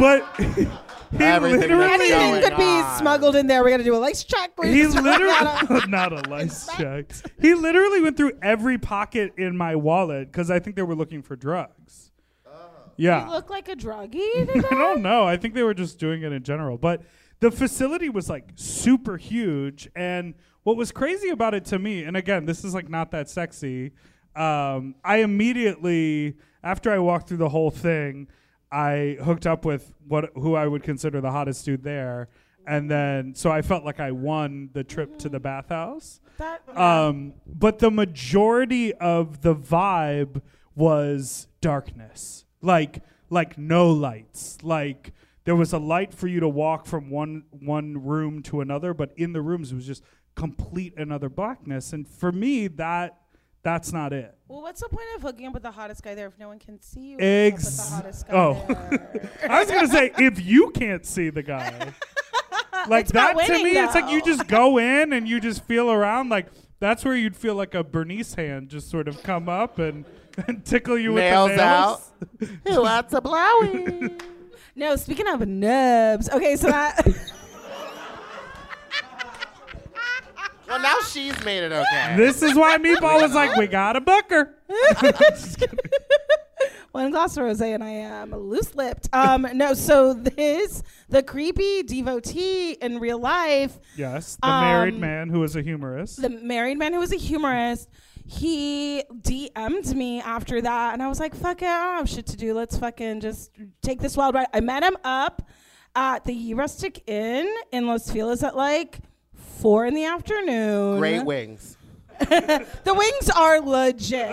Everything that's literally going Anything could be on. smuggled in there. We got to do a lice check. We He just- literally [laughs] not a lice check. He literally went through every pocket in my wallet because I think they were looking for drugs. Oh. Yeah. You [laughs] look like a [laughs] druggie. I don't know. I think they were just doing it in general. But the facility was like super huge. And what was crazy about it to me, and again, this is like not that sexy, um, I immediately, after I walked through the whole thing, I hooked up with what who I would consider the hottest dude there. And then, so I felt like I won the trip to the bathhouse. That- Um, but the majority of the vibe was darkness, like like no lights. Like there was a light for you to walk from one one room to another, but in the rooms it was just complete another blackness. And for me, that that's not it. Well, what's the point of hooking up with the hottest guy there if no one can see you? Ex- With the hottest guy oh. [laughs] there? I was gonna say if you can't see the [laughs] guy, like that about to winning, me, it's like you though. just go in and you just feel around. Like that's where you'd feel like a Bernice hand just sort of come up and, [laughs] and tickle you nails with the nails. out. Who wants a blowie? No, speaking of nubs. Okay, so that [laughs] well, now she's made it okay. [laughs] [laughs] This is why Meatball was like, we got a booker. [laughs] one glass of rosé and I am loose-lipped. Um, no, so this the creepy devotee in real life, Yes, the married Um, man who is a humorist. the married man who was a humorist. He DM'd me after that, and I was like, "Fuck it, I don't have shit to do. Let's fucking just take this wild ride." I met him up at the Rustic Inn in Los Feliz at like four in the afternoon. Great wings. The wings are legit.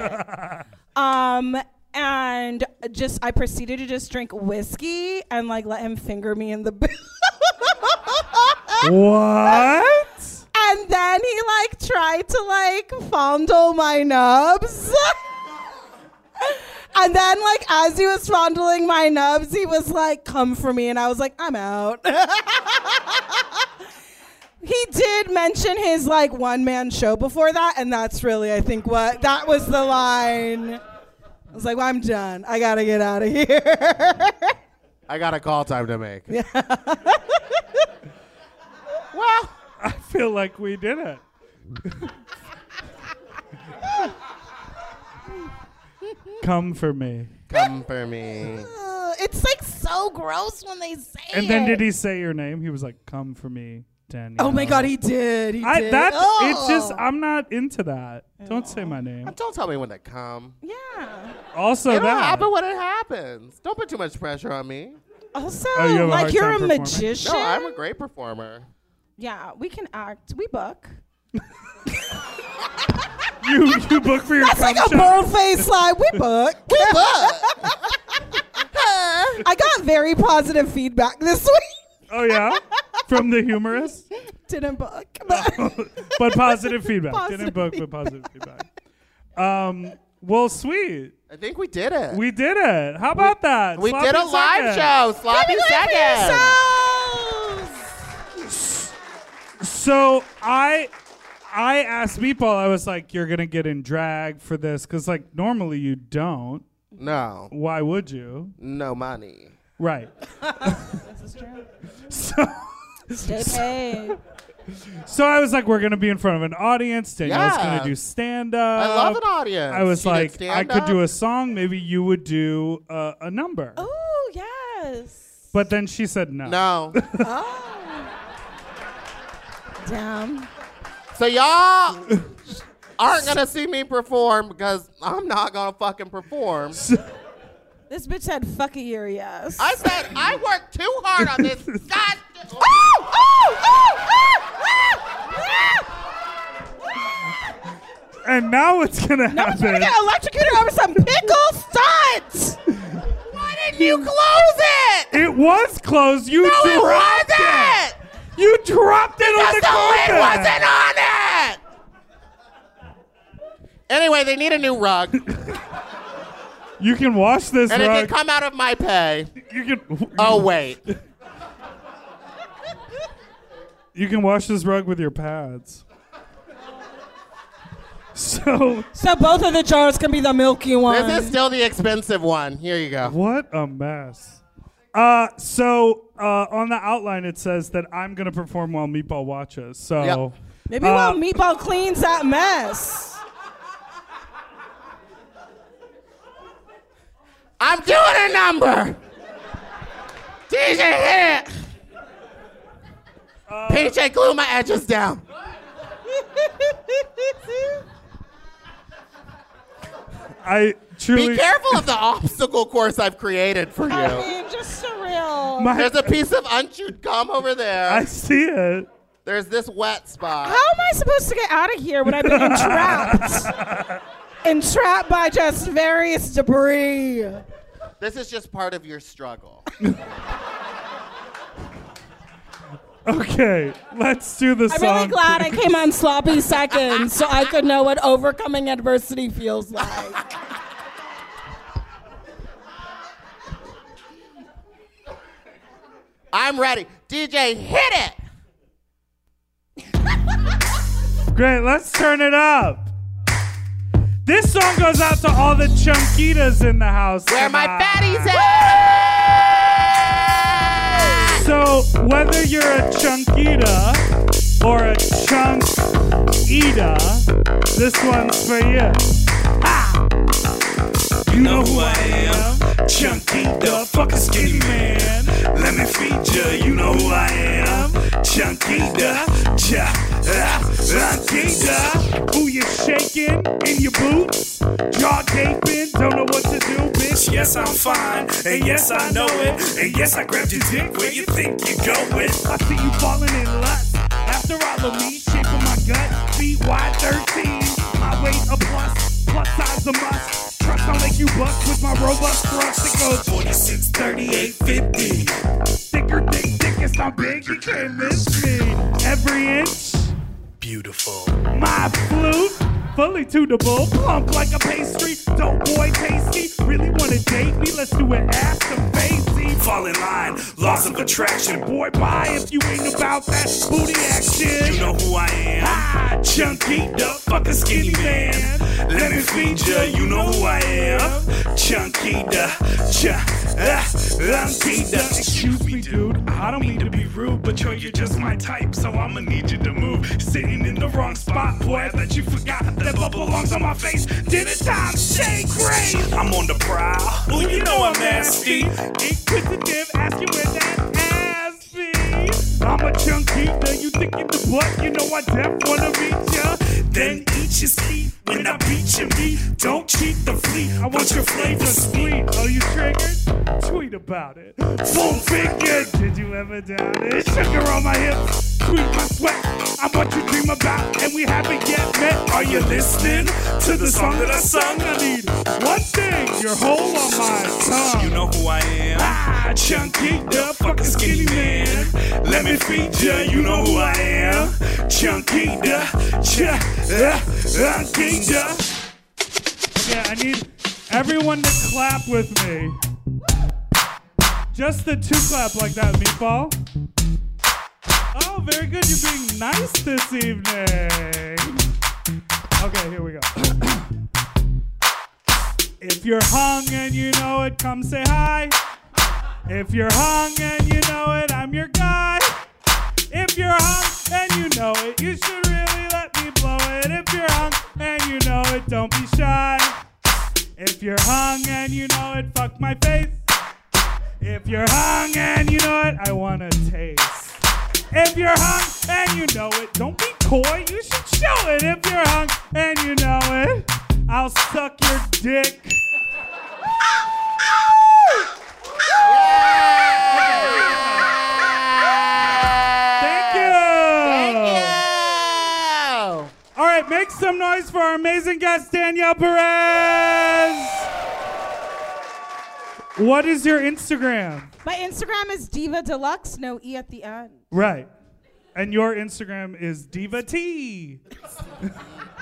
um, and just I proceeded to just drink whiskey and like let him finger me in the [laughs] boot. what? and then he like tried to like fondle my nubs. [laughs] and then like as he was fondling my nubs, he was like, "Come for me," and I was like, "I'm out." [laughs] He did mention his like one man show before that, and that's really I think what that was the line. I was like, well, I'm done. I gotta get out of [laughs] here. I got a call time to make. well, I feel like we did it. [laughs] Come for me. [laughs] Come for me. uh, it's like so gross when they say And then it. did he say your name? He was like, "Come for me, Danielle." Oh my god, he did. He I, did. that oh. it's just I'm not into that. Don't say my name. Don't tell me when to come. yeah. Also It'll Oh, that. happen when it happens. Don't put too much pressure on me. Also, Oh, you have a hard like you're a time performing? magician. No, I'm a great performer. yeah, we can act. We book. You you book for your That's like cum a shot? bold face lie. We [laughs] book. we book. [laughs] I got very positive feedback this week. Oh yeah, from the humorist, Didn't book. [laughs] But but positive feedback. Positive Didn't book, but positive feedback. Um. Well, sweet. I think we did it. We did it. How about that? We Sloppy did a live second. show. Sloppy [laughs] seconds. So I I asked Meatball. I was like, "You're gonna get in drag for this, because like normally you don't. No, Why would you?" no money. Right. This is true. So, Stay [laughs] paid. so I was like, we're gonna be in front of an audience. Danielle's Yeah. gonna do stand up. I love an audience. Um, I was She did like, I could stand-up. do a song. Maybe you would do uh, a number. Oh yes. But then she said no. [laughs] No. Oh. Damn. So [laughs] y'all aren't gonna see me perform because I'm not gonna fucking perform. This bitch said, "Fuck a year, yes." I said I worked too hard on [laughs] this. God. Oh, oh, oh, ah, ah, And now what's gonna ah. I was gonna happen? get electrocuted over some pickle stunt. Why didn't you close it? It was closed. You No, it dropped it. wasn't. You dropped it Because on the the lid carpet. wasn't on it. Anyway, they need a new rug, and You can wash this it can rug. come out of my pay. you can. Oh wait, You can wash this rug with your pads. [laughs] So So both of the jars can be the milky one. this is still the expensive one. Here you go. what a mess. Uh, so uh, on the outline it says that I'm gonna perform while Meatball watches. So Yep. Maybe Uh, while Meatball cleans that [laughs] mess. I'm doing a number. DJ hit. Uh, PJ, glue my edges down. I Be truly careful of the obstacle course I've created for I you. mean, just surreal. My- There's a piece of unchewed gum over [laughs] I there. see it. There's this wet spot. How am I supposed to get out of here when I've been entrapped? entrapped by just various debris. This is just part of your struggle. Okay, let's do the I'm song. really glad I came on sloppy seconds so I could know what overcoming adversity feels like. I'm ready. DJ, hit it. Great, let's turn it up. This song goes out to all the chunkitas in the house. Where my tonight. fatties at? So whether you're a chunkita or a chunk eater, this one's for you. Ha! You know who I am, chunky the fucking skinny man. Let me feed you. You know who I am, chunky the cha ah, chunky the. Who you shaking in your boots? Jaw gaping, don't know what to do, bitch. Yes, I'm fine, and yes I know it, and yes I grabbed your dick where you think you're going. I see you falling in lust. After all of me, shape of my gut, feet wide 13. My weight a plus, plus size a must. Trust I'll make you buck with my robust thrust. It goes 46, 38, 50. Thicker, thick, thickest, I'm big, you can't miss me. Every inch, beautiful. My flute, fully tunable, plump like a pastry. Dope boy, tasty, really wanna date me? Let's do it after facey. Fall in line, laws of attraction. Boy, bye if you ain't about that booty action. You know who I am. Hi, chunky, the fucking skinny man. Let me feed ya, you know who I am. Chunky, the cha, ah, chunky, the. Excuse me, dude, I don't mean to be rude, but yo, you're just my type, so I'ma need you to move. Sitting in the wrong spot, boy, I bet you forgot that bubble belongs on my face. Dinner time, shake great. I'm on the prowl. Well, you know I'm nasty. Inquisitive, asking where that ass be. I'm a chunk eater, you think in the butt, you know I def wanna beat ya. Then eat your seat when I beat your meat. Don't cheat the fleet, I want your flavor sweet. Are you triggered? Tweet about it. Full figure, did you ever doubt it? Sugar on my hips, sweet my sweat. I'm what you dream about, and we haven't yet met. Are you listening to the song that I sung? I need one thing, your hole on my tongue. You know who I am. Ah, chunky, the fucking skinny man. Let me feed ya, you know who I am. Chunky, the cha, ah, chunky, the. Yeah, I need everyone to clap with me. Just the two clap like that, meatball. Oh, very good. You're being nice this evening. Okay, here we go. If you're hung and you know it, come say hi. If you're hung and you know it, I'm your guy. If you're hung and you know it, you should really let me blow it. If you're hung and you know it, don't be shy. If you're hung and you know it, fuck my face. If you're hung and you know it, I wanna taste. If you're hung and you know it, don't be coy, you should show it. If you're hung and you know it, I'll suck your dick. Thank you. Oh. All right, make some noise for our amazing guest, Danielle Perez. What is your Instagram? My Instagram is Diva Deluxe, no E at the end. Right. And your Instagram is [laughs] Diva T.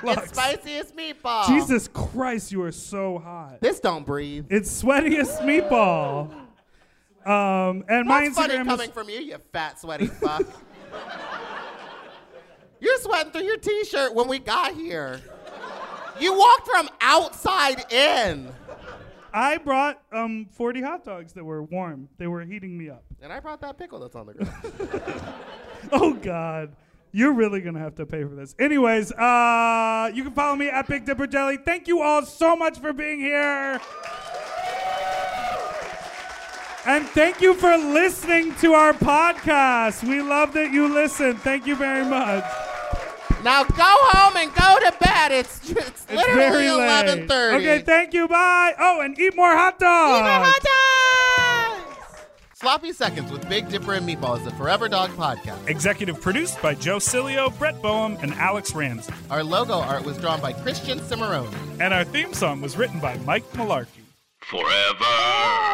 It's spiciest meatball. Jesus Christ, you are so hot. This don't breathe. It's sweatiest meatball. Um, and my That's funny Instagram coming is from you, you fat, sweaty fuck. [laughs] You're sweating through your t-shirt when we got here. You walked from outside in. I brought um, 40 hot dogs that were warm. They were heating me up. And I brought that pickle that's on the [laughs] ground. Oh God. You're really gonna have to pay for this. Anyways, uh, you can follow me at Big Dipper Jelly. Thank you all so much for being here. And thank you for listening to our podcast. We love that you listen. Thank you very much. now go home and go to bed. It's, it's, It's literally very late. 11:30. Okay, thank you. Bye. Oh, and eat more hot dogs. Sloppy Seconds with Big Dipper and Meatball is the Forever Dog podcast. Executive produced by Joe Cilio, Brett Boehm, and Alex Ramsey. Our logo art was drawn by Christian Cimarroni. And our theme song was written by Mike Malarkey. Forever.